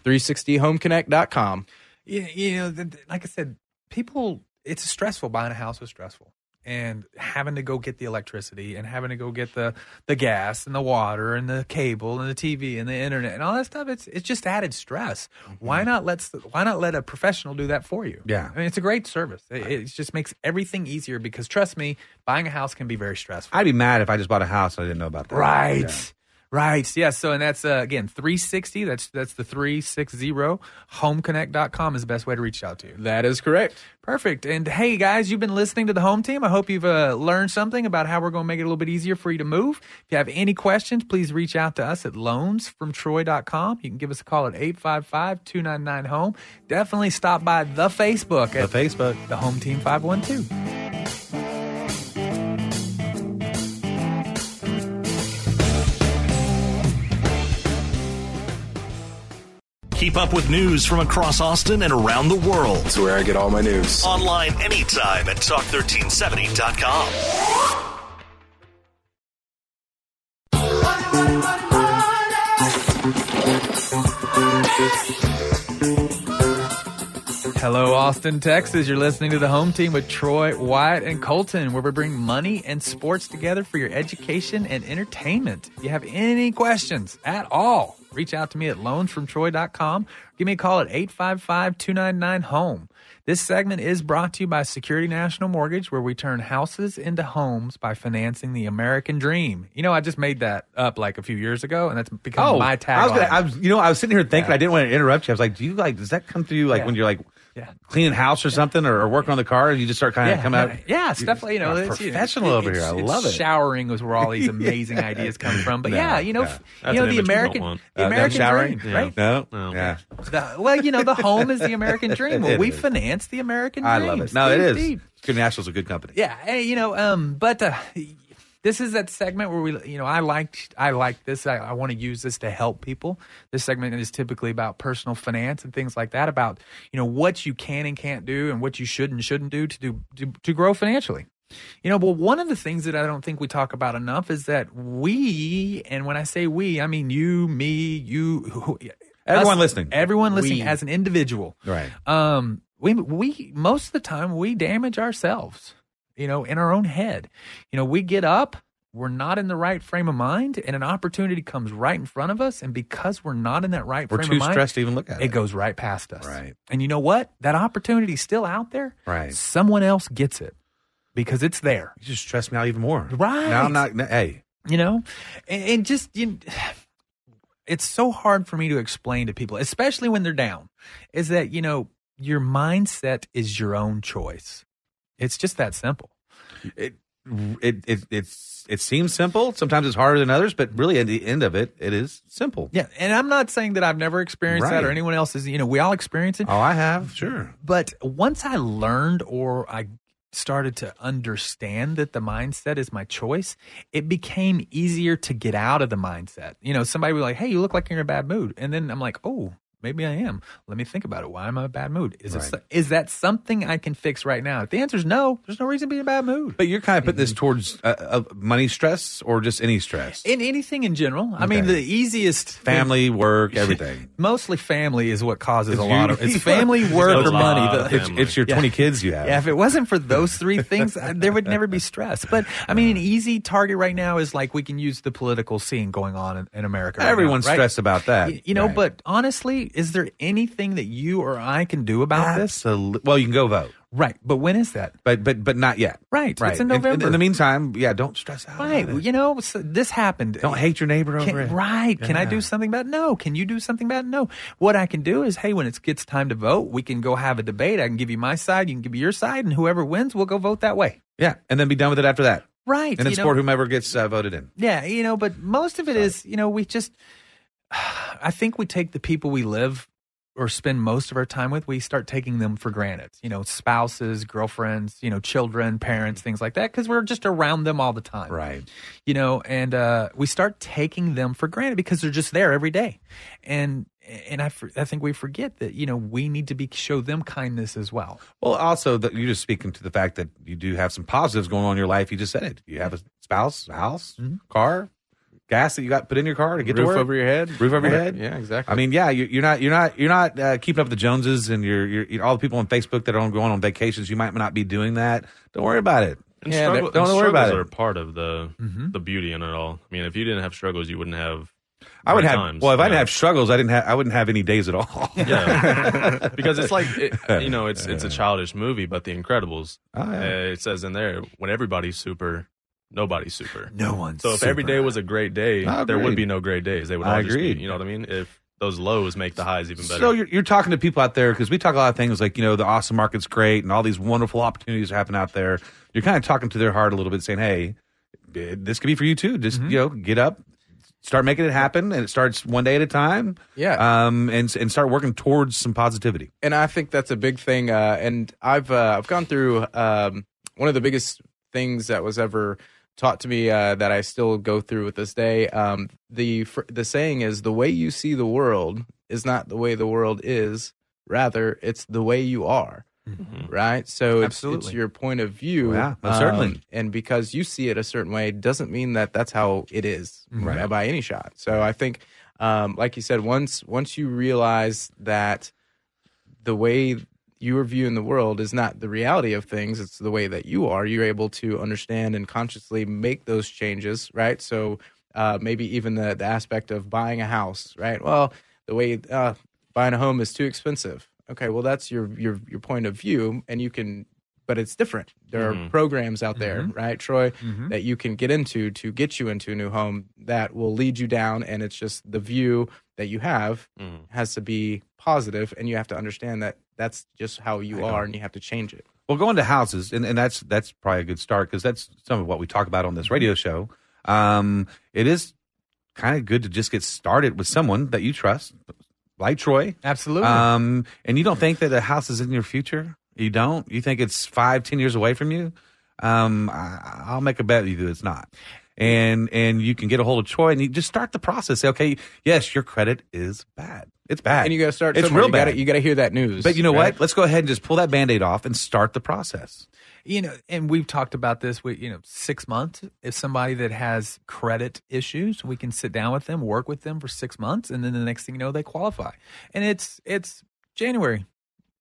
360homeconnect.com.
you, you know, th- th- like I said, people, it's stressful. Buying a house is stressful. And having to go get the electricity and having to go get the, the gas and the water and the cable and the TV and the internet and all that stuff, it's it's just added stress. Why not let why not let a professional do that for you?
Yeah.
I mean it's a great service. It, it just makes everything easier because trust me, buying a house can be very stressful.
I'd be mad if I just bought a house and I didn't know about that.
Right.
Yeah.
Right. Yeah. So, and that's uh, again 360. That's that's the 360. Homeconnect.com is the best way to reach out to you.
That is correct.
Perfect. And hey, guys, you've been listening to the home team. I hope you've uh, learned something about how we're going to make it a little bit easier for you to move. If you have any questions, please reach out to us at loansfromtroy.com. You can give us a call at 855 299 home. Definitely stop by the Facebook
The
at
Facebook.
the home team 512.
Keep up with news from across Austin and around the world.
It's where I get all my news.
Online anytime at talk1370.com.
Hello, Austin, Texas. You're listening to the home team with Troy, Wyatt, and Colton, where we bring money and sports together for your education and entertainment. If you have any questions at all, reach out to me at loansfromtroy.com. Give me a call at 855 299 HOME. E. This segment is brought to you by Security National Mortgage, where we turn houses into homes by financing the American dream. You know, I just made that up like a few years ago, and that's become my tagline.
Oh, I was, gonna, I was, you know, I was sitting here thinking I didn't want to interrupt you. I was like, do you like? Does that come through like
Yeah.
when you're like
Yeah.
cleaning house or something, or, or working on the car, and you just start kind of
yeah,
coming out?
yeah, yeah, stuff like you know,
you're
it's, you know,
professional
it-
over
it's-
here. I
it's
love it.
Showering is where all
[laughs]
these amazing ideas come from. But
No,
yeah, you know,
no.
f-
That's
you know the
an image we don't
American,
want.
the
Uh, them
American
showering?
dream,
Yeah.
right?
No,
No.
yeah,
The- well, you know, the home is the American dream.
[laughs]
Well,
It
we
is.
finance the American
I
dream.
love it. No, it is.
Deep.
Good National's a good company.
Yeah, hey, you know, um, but uh, this is that segment where we, you know, I liked, I like this. I, I want to use this to help people. This segment is typically about personal finance and things like that, about you know what you can and can't do, and what you should and shouldn't do to do to, to grow financially. You know, well, one of the things that I don't think we talk about enough is that we, and when I say we, I mean you, me, you, who,
Everyone listening.
everyone listening
We.
as an individual,
Right.
um we we most of the time we damage ourselves you know in our own head you know we get up we're not in the right frame of mind and an opportunity comes right in front of us and because we're not in that right
We're
frame
too
of mind
stressed to even look at it.
it goes right past us
Right.
and you know what that opportunity's still out there
Right.
someone else gets it because it's there
You just stress me out even more.
Right.
Now I'm not. Hey,
you know and, and just you it's so hard for me to explain to people especially when they're down is that you know your mindset is your own choice it's just that simple
it it it it's it seems simple. Sometimes it's harder than others, but really at the end of it, it is simple.
yeah and i'm not saying that i've never experienced that or
Right.
anyone else is you know we all experience it
Oh, I have. Sure.
but once i learned or i started to understand that the mindset is my choice it became easier to get out of the mindset you know somebody would be like hey you look like you're in a bad mood and then i'm like oh maybe i am let me think about it why am i in a bad mood is, it,
Right.
is that something i can fix right now if the answer is no there's no reason to be in a bad mood
But you're kind of putting this towards uh, uh, money stress or just any stress,
in anything in general i mean
Okay.
the easiest thing- [laughs]
family, work, everything.
mostly family is what causes
[laughs] It's
a lot
you-
of [laughs] it's family work
It's
or
a lot
money
of
The-
It's, it's your 20 kids you have.
Yeah, if it wasn't for those
[laughs]
three things, I- there would never be stress. But I mean, an easy target right now is like we can use the political scene going on in, in America. right now,
Everyone's
right?
stressed about that.
Y- You know,
Right.
but honestly, is there anything that you or I can do
Oh,
about this?
Absolute- well, you can go vote,
Right. But when is that?
but but but not yet.
Right, it's in
And- and
November.
in the meantime, yeah, don't stress out.
Right.
about it.
You know, so this happened.
uh, Don't hate your neighbor over
Can-
it.
right. Can I
Yeah.
do something about it? No. Can you do something about it? No. What I can do is, hey, when it gets time to vote, we can go have a debate. I can give you my side, you can give me your side, and whoever wins, we'll go vote that way.
Yeah, and then be done with it after that,
Right.
and then
you know?
support whomever gets uh, voted in.
Yeah, you know, but most of it is, you know, we just, [sighs] I think we take the people we live or spend most of our time with, we start taking them for granted, you know, spouses, girlfriends, you know, children, parents, things like that, because we're just around them all the time.
Right.
You know, and uh, we start taking them for granted because they're just there every day. And, and I, for- I think we forget that, you know, we need to be show them kindness as well.
Well, also that you're just speaking to the fact that you do have some positives going on in your life. You just said it. You have a spouse, a house,
Mm-hmm.
car, gas that you got put in your car to get to
Roof
work.
over your head.
Roof over your
Yeah,
head.
yeah, exactly.
I mean, yeah, you, you're not, you're not, you're not uh, keeping up with the Joneses, and you're, you're, you know, all the people on Facebook that are on- going on vacations. You might not be doing that. Don't worry about it.
And
Yeah,
struggle,
don't
and
worry about
struggles
it. Mm-hmm.
are part of the the beauty in it all. I mean, if you didn't have struggles, you wouldn't have.
I would
great
have.
times,
well, if I
you
didn't
know?
have struggles, I didn't have. I wouldn't have any days at all. [laughs]
Yeah, because it's like it, you know, it's it's a childish movie, but The Incredibles.
Oh, yeah.
uh, it says in there when everybody's super, nobody's super.
No one's
So if every day was a great day,
I
there
agree.
would be no great days. They would. All
I
just be-
agree.
you know what I mean? If those lows make the highs even better.
So you're, you're talking to people out there because we talk a lot of things like you know the awesome market's great and all these wonderful opportunities are happening out there. You're kind of talking to their heart a little bit, saying, "Hey, eh, this could be for you too. Just you know, get up, start making it happen, and it starts one day at a time.
Yeah.
um, and s- and start working towards some positivity.
and I think that's a big thing. Uh, and I've uh, I've gone through um, one of the biggest things that was ever taught to me uh, that I still go through with this day. Um, the fr- the saying is the way you see the world is not the way the world is. Rather, it's the way you are. Right, so it's, it's
Absolutely.
your point of view,
Yeah, most certainly.
um, and because you see it a certain way, doesn't mean that that's how it is
Mm-hmm.
uh, by any shot. So I think, um, like you said, once once you realize that the way your view in the world is not the reality of things it's the way that you are you're able to understand and consciously make those changes right so uh, maybe even the, the aspect of buying a house right well the way uh, buying a home is too expensive okay well that's your your your point of view and you can but it's different there are programs out there right troy that you can get into to get you into a new home that will lead you down and it's just the view that you have has to be positive and you have to understand that that's just how you are and you have to change it
Well, going to houses, and, and that's that's probably a good start because that's some of what we talk about on this radio show. Um, it is kind of good to just get started with someone that you trust, like Troy.
Absolutely.
Um, and you don't think that a house is in your future. You don't. You think it's five, ten years away from you. Um, I, I'll make a bet with you that it's not. And and you can get a hold of Troy and you just start the process. Say, okay, yes, your credit is bad. It's bad,
and you got to start
It's
somewhere.
real
you
bad.
gotta, you got to hear that news
But you know
right?
what? Let's go ahead and just pull that band aid off and start the process.
you know, and we've talked about this. We, you know, six months. If somebody that has credit issues, we can sit down with them, work with them for six months, and then the next thing you know, they qualify. And it's it's January.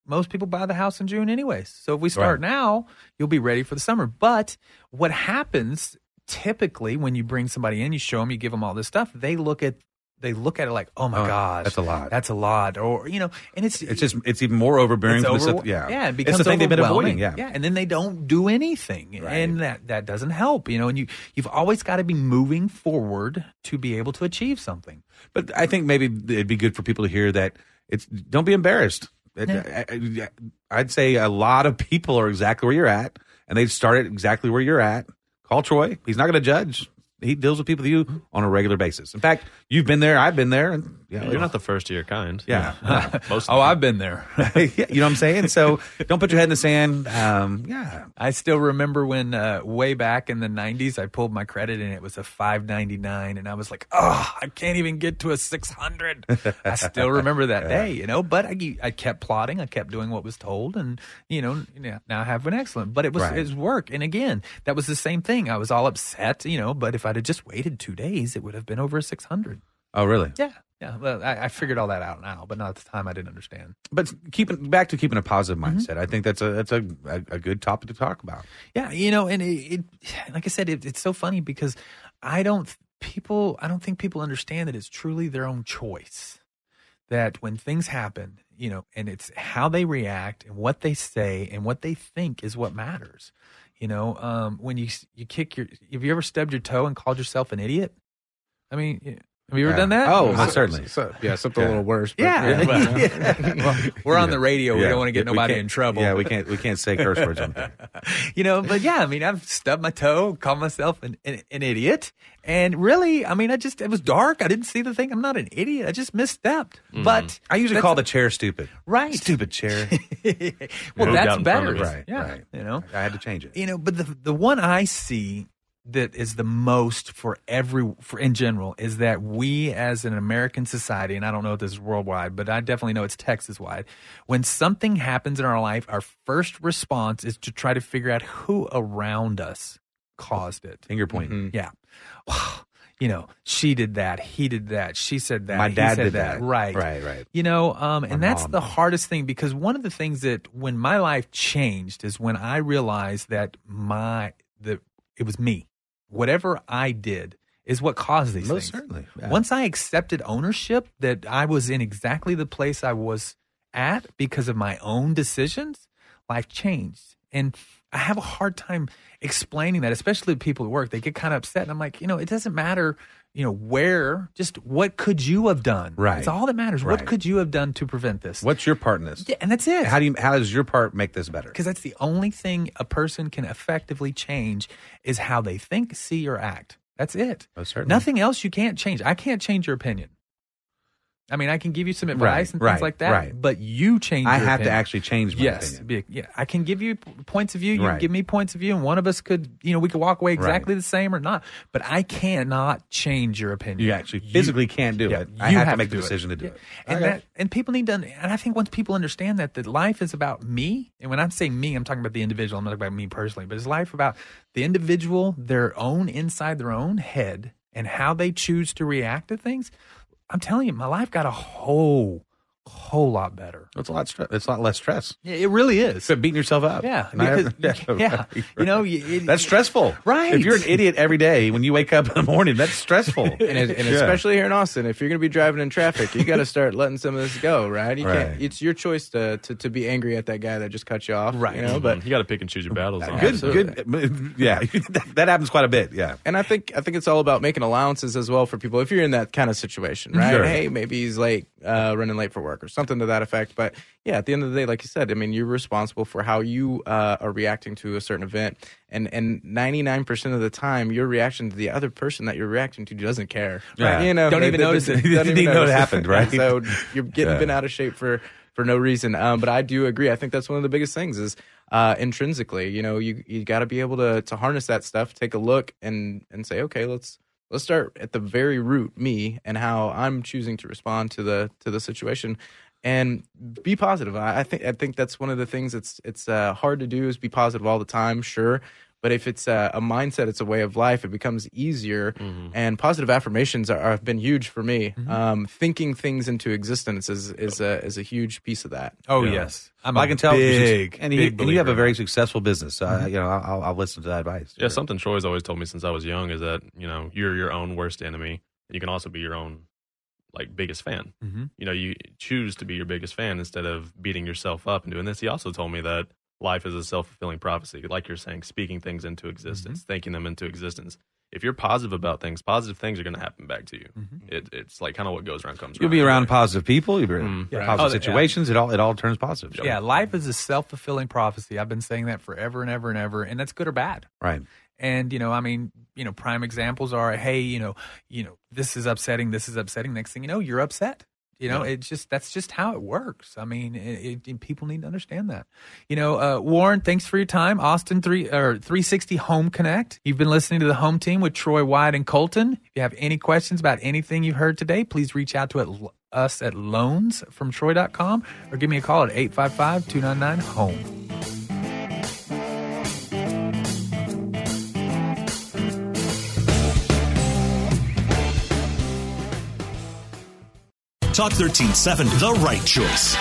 Most people buy the house in June, anyways. So if we start
Right.
now, you'll be ready for the summer. But what happens typically when you bring somebody in, you show them, you give them all this stuff, they look at they look at it like, oh my
Oh,
gosh,
that's a lot.
that's a lot, or you know, and it's
It's just it's even more overbearing.
it's
for the
overwhel-
stuff- yeah,
yeah, it
It's
becomes
the thing they've been avoiding.
overwhelming.
Yeah,
and then they don't do anything, and that that doesn't help, you know. And you you've always got to be moving forward to be able to achieve something.
But I think maybe it'd be good for people to hear that it's don't be embarrassed. It- I, would say a lot of people are exactly where you're at, and they started exactly where you're at. Call Troy; he's not going to judge. He deals with people with you on a regular basis. In fact, you've been there, I've been there, and you know,
You're not the first of your kind.
Yeah.
[laughs] No, most
Oh, I've been there.
[laughs] yeah, you know what I'm saying. So don't put your head in the sand. Um, yeah,
I still remember when uh, way back in the '90s, I pulled my credit and it was a 599, and I was like, "Oh, I can't even get to a 600." I still remember that day, you know. But I, I kept plotting, I kept doing what was told, and you know, now I have an excellent. But it was
Right.
it was work, and again, that was the same thing. I was all upset, you know. But if I'd have just waited two days, it would have been over a 600.
Oh, really?
Yeah, yeah. Well, I, I figured all that out now, but not at the time. I didn't understand.
But keeping back to keeping a positive mindset, I think that's a that's a, a, a good topic to talk about.
Yeah, you know, and it, [sighs] it like I said, it, it's so funny because I don't people I don't think people understand that it's truly their own choice. That when things happen, you know, and it's how they react and what they say and what they think is what matters. You know, um, when you s- you kick your have you ever stubbed your toe and called yourself an idiot? I mean, y- have you ever
Yeah.
done that?
Oh,
So-
certainly.
so- yeah something
Yeah.
a little worse
[laughs]
but
yeah.
[laughs]
[laughs]
well,
Yeah. Well, we're on the radio. We
Yeah.
don't want to
We
get nobody
can't-
in trouble.
Yeah, we can't we can't say curse words
[laughs]
on here.
you know but yeah i mean i've stubbed my toe called myself an, an, an idiot and really i mean i just it was dark i didn't see the thing i'm not an idiot i just misstepped but
Mm-hmm. I usually
that's-
call the chair stupid.
Right.
Stupid chair.
[laughs] well
Moved out
that's
in front
better
of me.
right.
yeah
Right.
you know
I had to change it.
you know but the the one i see that is the most for every for in general is that we as an american society and i don't know if this is worldwide but i definitely know it's texas wide when something happens in our life our first response is to try to figure out who around us caused it
Finger point.
yeah [sighs] Wow. you know she did that he did that she said that
My
he
dad
said
did that.
right
Right, right.
you know um, and
My
that's
mom.
the hardest thing because one of the things that when my life changed is when i realized that my the it was me whatever i did is what caused these
Most
things
certainly, yeah.
once i accepted ownership that i was in exactly the place i was at because of my own decisions life changed and i have a hard time explaining that especially to people at work they get kind of upset and i'm like you know it doesn't matter you know where just what could you have done
Right.
it's all all that matters.
Right.
What could you have done to prevent this?
What's your part in this?
Yeah, and that's it.
How do you how does your part make this better?
Because that's the only thing a person can effectively change is how they think, see, or act. That's it.
Most certainly.
Nothing else you can't change. I can't change your opinion. I mean, I can give you some advice and things
right,
like that,
right.
but you change.
I
your
have to
opinion.
actually change my
yes,
opinion.
be- yeah. I can give you p- points of view. You
Right.
can give me points of view, and one of us could, you know, we could walk away exactly
Right.
the same or not. But I cannot change your opinion.
You actually physically can't do
Yeah,
it. I
you
have, to make the
do it.
decision to do
Yeah.
it.
And
Okay.
that, and people need to. un- And I think once people understand that that life is about me, and when I'm saying me, I'm talking about the individual. I'm not talking about me personally, but it's life about the individual, their own inside their own head, and how they choose to react to things. I'm telling you, my life got a whole whole lot better.
It's a lot. Stre- it's a lot less stress.
Yeah, it really is.
Except beating yourself up.
Yeah,
And [laughs] I-
because- [laughs] yeah, you know, you- it-
that's stressful.
Right.
If you're an idiot every day when you wake up in the morning, that's
[laughs]
stressful.
and, it, and
Yeah.
especially here in Austin, if you're going to be driving in traffic, you
[laughs]
got to start letting some of this go, right? You
Right.
can't. It's your choice to, to to be angry at that guy that just cut you off,
Right.
You know,
Mm-hmm. [laughs]
but
you got to pick and choose your battles. on
good,
that.
good. [laughs] Yeah, that, that happens quite a bit. Yeah.
and I think I think it's all about making allowances as well for people if you're in that kind of situation, right?
Sure.
Hey, maybe he's late, uh, running late for work or something to that effect. But yeah, at the end of the day, like you said, I mean, you're responsible for how you uh, are reacting to a certain event, and and 99 percent of the time, your reaction to the other person that you're reacting to doesn't care.
Yeah.
Right? You know,
Don't even notice
[laughs]
it.
[laughs] don't
Didn't even know it happened, right?
[laughs] so you're getting
Yeah.
been out of shape for for no reason. Um, but I do agree. I think that's one of the biggest things is uh, intrinsically. You know, you you got to be able to to harness that stuff, take a look, and and say, okay, let's let's start at the very root, me and how I'm choosing to respond to the to the situation. And be positive. I, I think I think that's one of the things it's it's uh, hard to do is be positive all the time. Sure, but if it's a, a mindset, it's a way of life, it becomes easier.
Mm-hmm.
And positive affirmations are, have been huge for me. Um, thinking things into existence is is a is a huge piece of that.
Oh
Yeah.
yes,
Well, I can tell.
Big,
and, you,
big
and you have a
believer.
very successful business. So I, you know, I'll, I'll listen to that advice.
Mm-hmm. Yeah, something Troy's always told me since I was young is that you know you're your own worst enemy. You can also be your own like biggest fan.
Mm-hmm.
Mhm.
You know, you choose to be your biggest fan instead of beating yourself up and doing this. He also told me that life is a self fulfilling prophecy, like you're saying, speaking things into existence,
Mm-hmm.
thinking them into existence. If you're positive about things, positive things are going to happen back to you. It, it's like kind of what goes around comes.
Mm-hmm. You'll be around positive people. You'll be
Mm.
around
Yeah. Oh,
positive
yeah.
situations. It all it all turns positive.
Yeah, life is a self fulfilling prophecy. I've been saying that forever and ever and ever, and that's good or bad.
Right.
And you know, I mean, you know, prime examples are, hey, you know, you know, this is upsetting, this is upsetting. Next thing you know, you're upset. You know, it's just that's just how it works. I mean, it, it, people need to understand that. You know, uh, Warren, thanks for your time. Austin three or three sixty Home Connect. You've been listening to the Home Team with Troy White and Colton. If you have any questions about anything you've heard today, please reach out to at, us at loansfromtroy.com or give me a call at 855 299 Home.
[laughs] Talk 137, the right choice.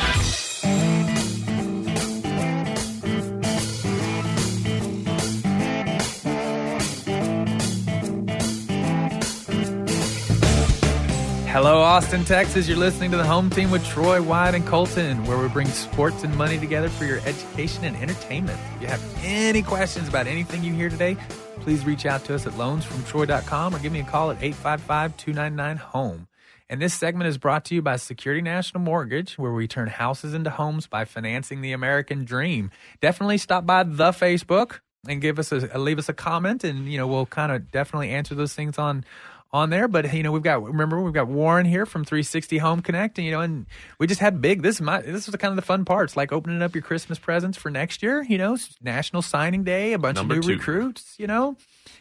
Hello, Austin, Texas. You're listening to the home team with Troy, Wyatt, and Colton, where we bring sports and money together for your education and entertainment. If you have any questions about anything you hear today, please reach out to us at loansfromtroy.com or give me a call at 855 299 HOME. And this segment is brought to you by Security National Mortgage, where we turn houses into homes by financing the American dream. Definitely stop by the Facebook and give us a uh, leave us a comment, and you know we'll kind of definitely answer those things on on there. But you know, we've got remember we've got Warren here from 360 Home Connect, and you know, and we just had big. This is my this was kind of the fun parts, like opening up your Christmas presents for next year. You know, s- National Signing Day, a bunch
Number
of new
two.
recruits. You know.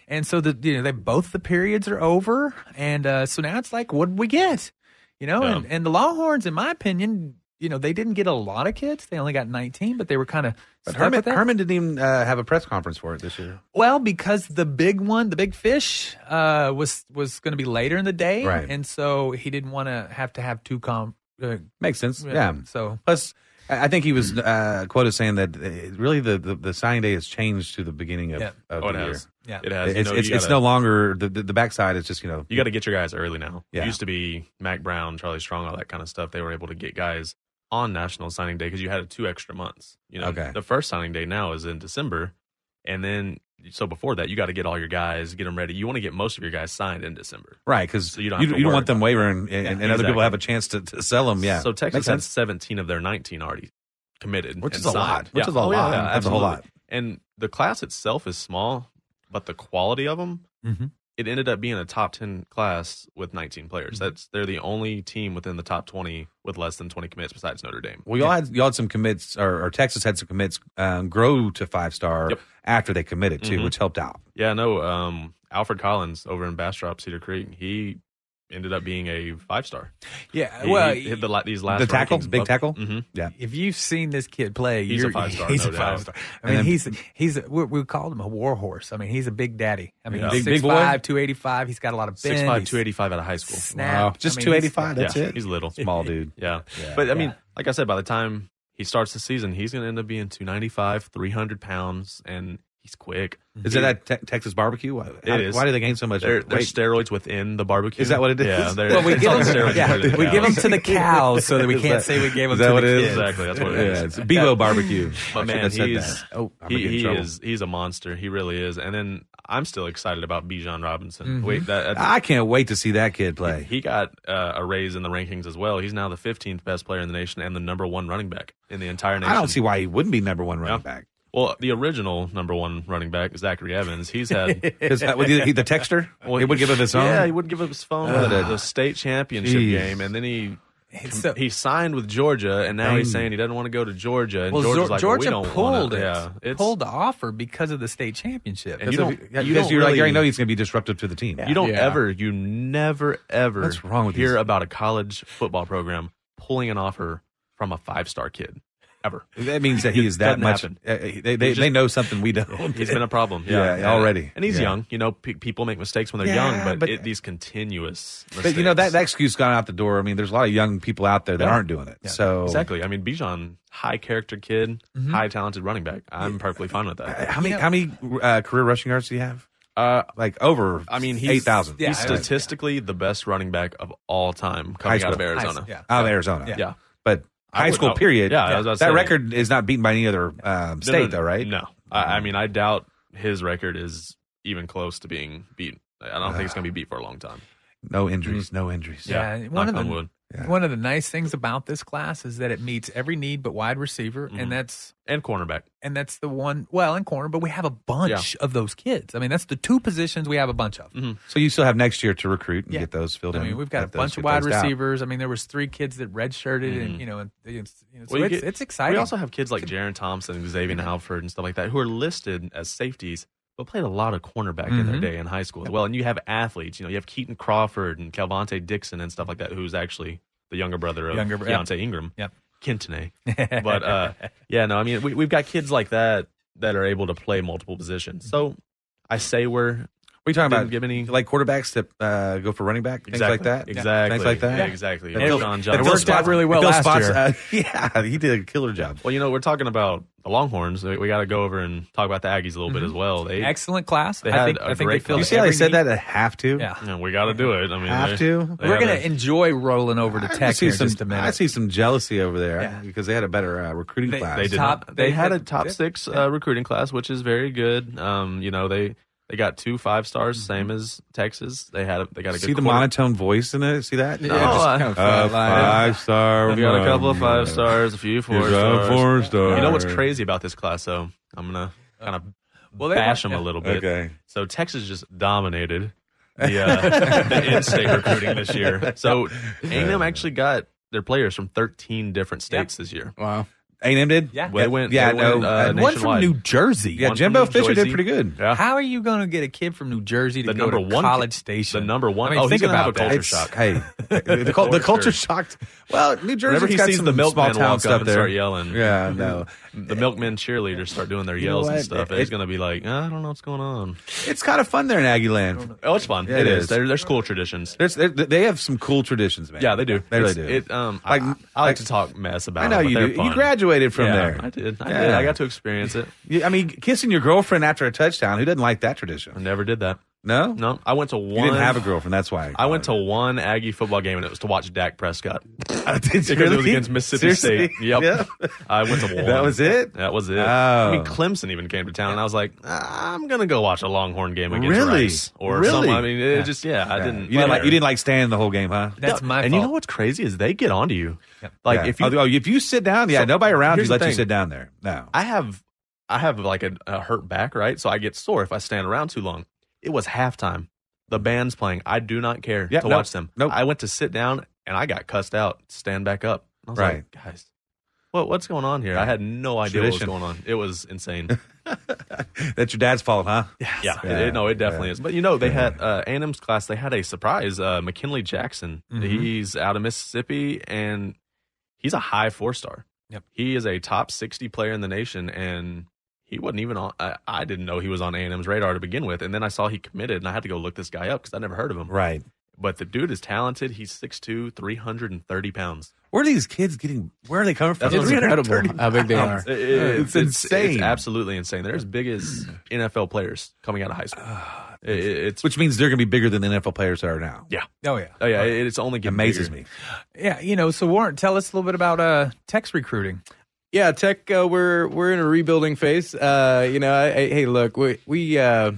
And so the you know they both the periods are over, and uh, so now it's like, what did we get? You know,
Yeah.
and, and the Longhorns, in my opinion, you know they didn't get a lot of kids. They only got 19, but they were kind of
But
stuck
Herman,
with that.
Herman didn't even uh, have a press conference for it this year.
Well, because the big one, the big fish, uh, was was going to be later in the day,
Right.
and so he didn't want to have to have two com. Uh,
Makes sense. Yeah.
So
Plus, I I think he
Mm.
was uh, quoted saying that uh, really the, the, the signing day has changed to the beginning of,
Yeah.
of
Oh, it
the year.
has.
Yeah.
It has.
It's,
You know,
it's,
you
it's
gotta-
no longer the, the, the backside. It's just you know
You got to get your guys early now.
Yeah.
It used to be Mac Brown, Charlie Strong, all that kind of stuff. They were able to get guys on National Signing Day because you had two extra months. You know,
Okay.
the first signing day now is in December, and then so before that, you got to get all your guys, get them ready. You want to get most of your guys signed in December.
right because
So
you
you
don't
don't
you,
have to
don't
worry
want them wavering and, and, and other people
Exactly.
have a chance to, to sell them. Yeah.
So
Makes
Texas had 17 of their 19 already committed,
Which
and
is a lot.
signed. Oh,
Which is a lot. That's a whole lot.
absolutely. And the class itself is small, but the quality of them
Mm-hmm.
Mhm.
it ended up being a top 10 class with 19 players.
Mm-hmm.
That's they're the only team within the top 20 with less than 20 commits besides Notre Dame.
Well, y'all had y'all had some commits, or, or Texas had some commits um, grow to five star
Yep.
after they committed too,
Mhm.
which helped out.
Yeah, no, um Alfred Collins over in Bastrop Cedar Creek, he ended up being a five star.
Uh,
Yeah,
He,
well,
he hit the, la- these last
the tackle,
rankings
big
up-
tackle.
Mhm.
Yeah,
if you've seen this kid play,
He's a
you're, [laughs]
five-star,
He's
no
a
doubt.
five star. I
And
mean,
then-
he's he's a, we, we called him a war horse. I mean, he's a big daddy. I mean,
Yeah.
he's
Big- big boy?
6'5", 285. He's got a lot of bend.
6'5",
he's
285 out of high school.
Snap. I
just
mean,
two
he's- [laughs]
eighty five. That's
yeah,
it.
He's little, [laughs]
small dude.
Yeah.
Yeah.
But I mean,
Yeah.
like I said, by the time he starts the season, he's going to end up being 295, 300 pounds, and he's quick.
Is it that te- Texas barbecue? Why, how-
is.
Why do they gain so much?
There,
weight?
there's steroids within the barbecue.
Is that what it is?
Yeah. they're-
Well, we
it's
give
all
him-
steroids
yeah,
within the
we give
cows.
him to the cows so that we
Is
can't
that-
say we gave him
is
to
that what
the
it is?
kids.
Exactly. That's what it is.
Yeah, it's Bebo
[laughs]
barbecue.
But
I should
man,
have said
he's
that. Oh, I'm gonna
he,
get in
he
trouble.
is he's a monster. He really is. And then I'm still excited about Bijan Robinson.
Mm-hmm.
Wait, that, that-
I can't wait to see that kid play.
he got uh, a raise in the rankings as well. He's now the 15th best player in the nation and the number one running back in the entire nation.
I don't see why he wouldn't be number one running
Yeah.
back.
Well, the original number one running back, Zachary Evans,
[laughs]
he's had.
'Cause that- was he- he the texter?
[laughs] Well,
he would give up his own.
Yeah, he would give up his phone for
[sighs]
the, the state championship
Jeez.
game, and then he
It's so-
he signed with Georgia, and now he's saying he doesn't want to go to Georgia. And
well,
Georgia's
Zor-
like, well, we
Georgia
don't wanna-
pulled it.
Yeah, it's,
pulled the offer because of the state championship.
And you
So
don't-
if- yeah,
you
because
don't
you're like, you already
really-
know he's going to be disruptive to the team.
You don't
Yeah.
ever, you never ever
What's wrong with
hear
these-
about a college football program pulling an offer from a five star kid ever.
That means that he is that
Doesn't
much.
happen.
uh, they, they,
just-
they know something we don't.
[laughs] He's been a problem,
[laughs] Yeah,
yeah,
yeah, already.
And he's
Yeah.
young, you know. Pe- people make mistakes when they're
Yeah,
young, but,
but-
it, these continuous. Mistakes.
But you know that that excuse gone out the door. I mean, there's a lot of young people out there that
Yeah.
aren't doing it. So
exactly. I mean, Bijan, high character kid, high talented running back. I'm perfectly fine with that.
Mm-hmm. Uh, How many how many uh, career rushing yards do you have? Uh, like over.
I mean, he's,
eight thousand.
He's statistically the best running back of all time coming
High
out of
school.
Arizona.
yeah.
out of Arizona.
Yeah. Yeah.
but
I
high
would-
school
I-
period.
yeah, I was about to
that
say.
record is not beaten by any other um,
No,
state,
no,
though, right? Mm-hmm.
No, I, I mean, I doubt his record is even close to being beat. I don't
Uh.
think it's going to be beat for a long time.
no injuries, no injuries.
Yeah,
Mm-hmm. Yeah,
one of
knock
the
on wood.
Yeah.
one of the nice things about this class is that it meets every need but wide receiver,
Mm-hmm.
and that's
And cornerback.
and that's the one. Well, in corner, but we have a bunch of those kids. I mean, that's the two positions we have a bunch of.
So you still have next year to recruit and
Yeah.
get those filled
I
in.
mean, we've got a
Get those-
bunch of
get
wide
those out.
receivers. I mean, there was three kids that redshirted, and you know, and, it's, you know, so
Mm-hmm. Well, you
it's,
get-
it's exciting.
We also have kids like Jaron Thompson and Xavier Alford and stuff like that who are listed as safeties, but played a lot of cornerback in their day in high school as well. And you have athletes, you know, you have Keaton Crawford and Calvante Dixon and stuff like that, who's actually the younger brother of
Younger
younger,
bro- yep.
Keontae Ingram.
Yep.
Kintane. But uh, yeah, no, I mean, we, we've got kids like that that are able to play multiple positions. So I say
What
we're
are you talking
Didn't
about?
give any-
like quarterbacks that uh, go for running back, things like that.
Exactly.
things like that.
Yeah, exactly.
That
Or
Bill-
John
that
Johnson.
Bill
It worked out
Spots-
really
well
Bill
last
Spots,
year.
uh, yeah, he did a killer job.
Well, you know, we're talking about the Longhorns. We, we got to go over and talk about the Aggies a little
Mm-hmm.
bit as well. They,
excellent class.
They
I
had
think
a
I think they
great
filled
you
class.
see how I
every
said
need.
that? I have to.
Yeah.
Yeah, we got to do it. I mean,
Have
they-
to?
they
We're
have
gonna
a-
enjoy rolling over to
I
Tech
see
here in
some,
just a minute.
I see some jealousy over there
Yeah.
because they had a better uh, recruiting
They-
class.
They did.
Top-
not. They,
they
had a
had-
top
yeah,
six uh, recruiting class, which is very good. Um, you know, they they got two five stars,
Mm-hmm.
same as Texas. They had a, they got a good
See the
quarter-
monotone voice in it? See that?
No, I-
Uh, five star.
we got a couple of five stars, a few four stars.
Four stars.
You know what's crazy about this class, though? I'm gonna kind of
they
bash
won-
them a little bit.
Okay.
So Texas just dominated [laughs] the, uh, the in-state recruiting this year. So A&M actually got their players from 13 different states this year.
Wow.
A&M did?
Yeah.
They went.
Yeah,
they
no,
went, uh,
uh,
And one from
nationwide.
New Jersey.
Yeah,
One
Jimbo
from
Fisher did
Jersey.
pretty good.
Yeah.
How are you going to get a kid from New Jersey to
The
go
number
to
one
College
kid-
Station?
the number one-
I mean,
oh,
think
he's gonna
about
have a
that.
culture
It's-
shock.
Hey, the, cul- the
Culture.
culture shocked. Well, New
Whenever
Jersey's
he
got
sees
some
the
small
milkman
town
walk
stuff
up and
there.
start yelling,
Yeah, no,
the milkman cheerleaders start doing their
You know
yells and
what?
stuff.
It-
it's going to be like, "Uh, I don't know what's going on.
it's kind of fun there in Aggieland.
Oh, it's fun.
Yeah,
it
it
is.
is.
There- There's cool traditions.
There's, there, they have some cool traditions, man.
Yeah, they do.
They really
It's-
do.
It, um,
Like-
I, I like,
like-
to talk mess about.
I know
it, but
you
they're
do. You
fun.
graduated from
Yeah,
there.
I did. I did.
Yeah.
I got to experience it.
You- I mean, kissing your girlfriend after a touchdown. Who doesn't like that
I
tradition?
never did that.
No,
No, I went to one.
You didn't have a girlfriend. That's why
I went to one Aggie football game and it was to watch
[laughs]
Dak Prescott
did you
[laughs] because it was
really?
against Mississippi
Seriously?
State. [laughs] Yep,
Yeah.
I went to
[laughs]
one.
That was it?
That was it.
Oh.
I mean, Clemson even came to town, and I was like, I'm gonna go watch a Longhorn game against
Really?
Rice or
Really?
something. I mean, it just yeah, I
Yeah.
didn't.
You didn't like.
care.
You didn't like staying the whole game, huh?
That's my
and
fault.
you know what's crazy is they get onto you. Like
Yeah.
if you,
oh, if you sit down, yeah,
So,
nobody around you
here's the
lets you
thing.
sit down there. No,
[laughs] I have, I have like a, a hurt back, right? So I get sore if I stand around too long. It was halftime. The band's playing. I do not care
Yeah,
to
nope,
watch them.
nope.
I went to sit down and I got cussed out. Stand back up. I was
Right.
like, guys, what what's going on here? I had no idea
Tradition.
what was going on. It was insane.
That's your dad's fault, huh?
Yeah, It, it- no, it definitely is. But you know, they had uh, Anim's class. They had a surprise. Uh, McKinley Jackson.
Mm-hmm.
He's out of Mississippi, and he's a high four star.
Yep.
He is a top sixty player in the nation, and he wasn't even on. I, I didn't know he was on Anim's radar to begin with, and then I saw he committed, and I had to go look this guy up because I never heard of him.
Right.
But the dude is talented. He's 6'2", 330 pounds.
Where are these kids getting? Where are they coming from?
That's what's
incredible how big they are.
It- it-
It's insane.
It's absolutely insane. They're as big as NFL players coming out of high school. It- it- it's
Which means they're going to be bigger than the NFL players are now.
yeah.
Oh yeah,
Oh yeah, it, it's only
It
getting
amazes
bigger.
me.
yeah. You know, so Warren, tell us a little bit about uh text recruiting.
Yeah, tech. Uh, we're we're in a rebuilding phase. Uh, you know, I, I- hey, look, we we uh,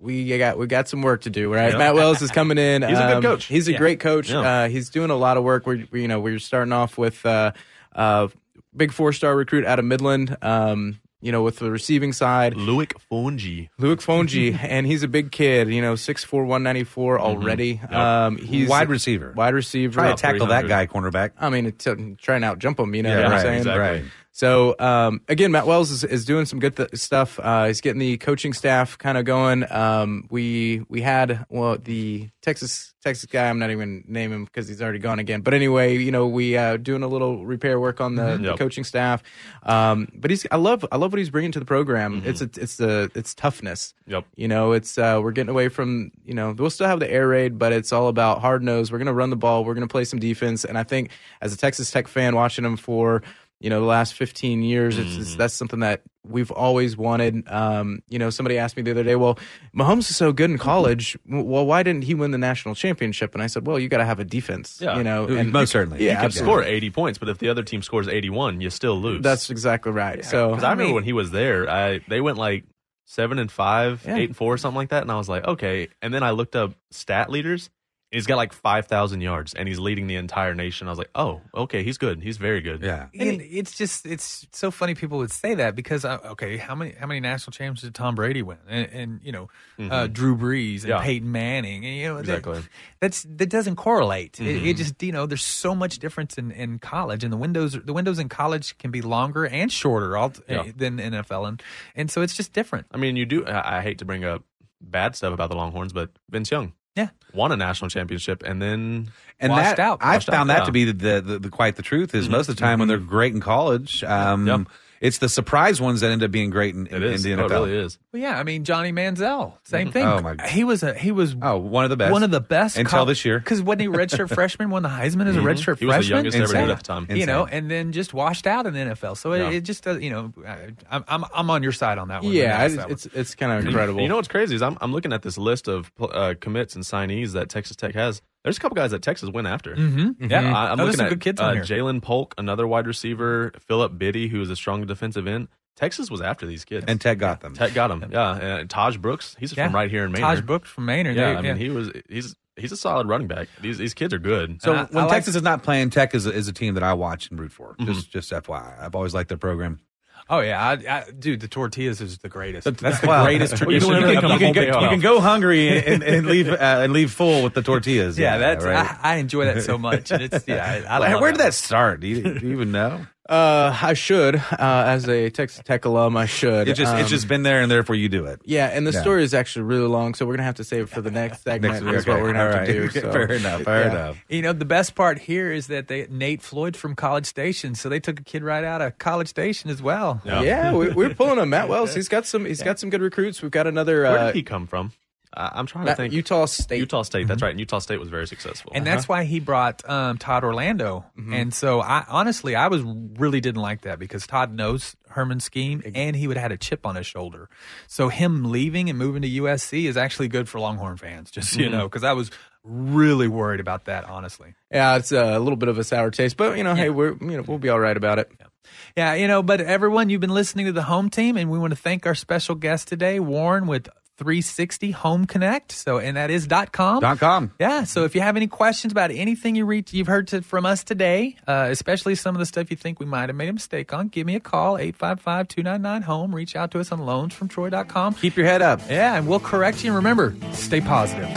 we uh, got we got some work to do. Right, Matt Wells is coming in.
[laughs]
Um,
He's a good coach.
He's a
Yeah.
great coach.
Yeah.
Uh, he's doing a lot of work. We're we, you know we're starting off with uh, uh, big four star recruit out of Midland. Um, you know, with the receiving side,
Luik Fonji.
[laughs]
Luke Fonji, and he's a big kid. You know, six four, one ninety four already. Um, he's
Mm-hmm. Wide receiver.
Wide receiver.
Try to tackle that
300.
guy, cornerback.
I mean, it's, uh, try and out jump him. You know
Yeah,
what I'm
right,
saying?
exactly. Right.
So um, again, Matt Wells is, is doing some good th- stuff. Uh, he's getting the coaching staff kind of going. Um, we we had well the Texas Texas guy. I'm not even gonna name him because he's already gone again. But anyway, you know we uh, doing a little repair work on the, the
Mm-hmm. Yep.
coaching staff. Um, but he's I love I love what he's bringing to the program. It's a, it's the it's toughness.
Mm-hmm. Yep.
You know, it's uh, we're getting away from you know we'll still have the air raid, but it's all about hard nose. We're gonna run the ball. We're gonna play some defense. And I think as a Texas Tech fan, watching them for you know the last 15 years, it's, it's
Mm-hmm.
that's something that we've always wanted. Um, you know, somebody asked me the other day, well, Mahomes is so good
Mm-hmm.
in college. W- Well, why didn't he win the national championship? And I said, well, you got to have a defense.
Yeah.
You know, and
Uh, Most certainly.
Yeah,
You can
You score 80 points, but if the other team scores 81, you still lose.
that's exactly right. so
because I remember when he was there, I they went like seven and five,
Yeah.
eight and four, something like that, and I was like, okay. And then I looked up stat leaders. and He's got like five thousand yards, and he's leading the entire nation. I was like, "Oh, okay, he's good. He's very good."
Yeah.
And it's just it's so funny people would say that because uh, okay, how many how many national championships did Tom Brady win? And, and you know, uh, Drew Brees and
Mm-hmm. Yeah.
Peyton Manning, and you know, that-
Exactly. Mm-hmm.
that's that doesn't correlate. It, it just you know, there's so much difference in, in college, and the windows the windows in college can be longer and shorter all, eh,
Yeah.
than NFL, and and so it's just different.
I mean, you do. I, I hate to bring up bad stuff about the Longhorns, but Vince Young
Yeah.
won a national championship, and then
and
Washed
that,
out.
I've
Washed
found
out,
that
yeah.
to be the, the, the, quite the truth is most of the time when they're great in college, um,
Yep.
it's the surprise ones that end up being great in, in,
it is.
the NFL.
No, it really is.
Well, yeah, I mean Johnny Manziel, same thing.
Oh, my-
He was a he was
Oh, one of the best.
One of the best
Until this year. Mm-hmm.
because wasn't he a
[laughs]
redshirt freshman? Won the Heisman as a redshirt
He was
freshman.
the youngest ever to do
Insane.
it at the time.
You know,
Insane.
and then just washed out in the NFL. So it,
Yeah.
it just does. You know, I, I'm I'm I'm on your side on that one.
yeah,
Vanessa,
it's
that one.
it's, it's kind of incredible.
You know what's crazy is I'm, I'm looking at this list of uh, commits and signees that Texas Tech has. There's a couple guys that Texas went after.
Mm-hmm.
Mhm. yeah.
I, I'm
Oh, there's
looking
some
at
good kids
uh,
on here.
Jalen Polk, another wide receiver, Philip Biddy, who is a strong defensive end. Texas was after these kids.
and Ted got them.
Tech got him. Yeah, and Taj Brooks, he's
Yeah.
from right here in Maine.
Taj Brooks from Maine.
Yeah, I mean he was he's he's a solid running back. These these kids are good.
So
And I-
when
I like- Mm-hmm.
Texas is not playing, Tech is a, is a team that I watch and root for. Just just FYI, I've always liked their program.
oh yeah, I, I, dude, the tortillas is the greatest.
That's the wow.
greatest
Well, [laughs] you
tradition.
can-
Whenever they
You
come
can,
home,
go,
they are.
you can go hungry and, and leave uh, and leave full with the tortillas.
yeah, that's
right.
I, I enjoy that so much. And it's yeah, I, I love
[laughs] Where did that
that
start? Do you, do you even know?
Uh, I should. Uh, as a Texas Tech alum, I should.
It just
Um,
it's just been there, and therefore you do it.
Yeah, and the
Yeah.
story is actually really long, so we're gonna have to save it for the next segment. is what we're gonna have to do.
[laughs]
So.
Fair enough. Fair
Yeah.
enough.
You know, the best part here is that they Nate Floyd from College Station, so they took a kid right out of College Station as well.
Yeah, we, we're pulling him. Matt Wells, he's got some. He's got some good recruits. We've got another.
Where
Uh,
did he come from? I, I'm trying to
Matt-
think.
Utah State.
Utah State. That's right. And Utah State was very successful.
Mm-hmm. And that's why he brought um, Todd Orlando. And so I honestly, I was really didn't like that because Todd knows Herman's scheme and he would have had a chip on his shoulder. So him leaving and moving to USC is actually good for Longhorn fans, just so you know, because I was really worried about that, honestly.
Yeah, it's a little bit of a sour taste, but you know, hey, we're you know we'll be all right about it.
Yeah, you know, but everyone, you've been listening to the home team, and we want to thank our special guest today, Warren with 360 Home Connect. So, and that is dot com.
Dot com.
Yeah. So if you have any questions about anything you read, you've heard to, from us today, uh, especially some of the stuff you think we might have made a mistake on, give me a call, 855-299-HOME. Reach out to us on loansfromtroy.com.
Keep your head up.
Yeah, and we'll correct you. And remember, stay positive.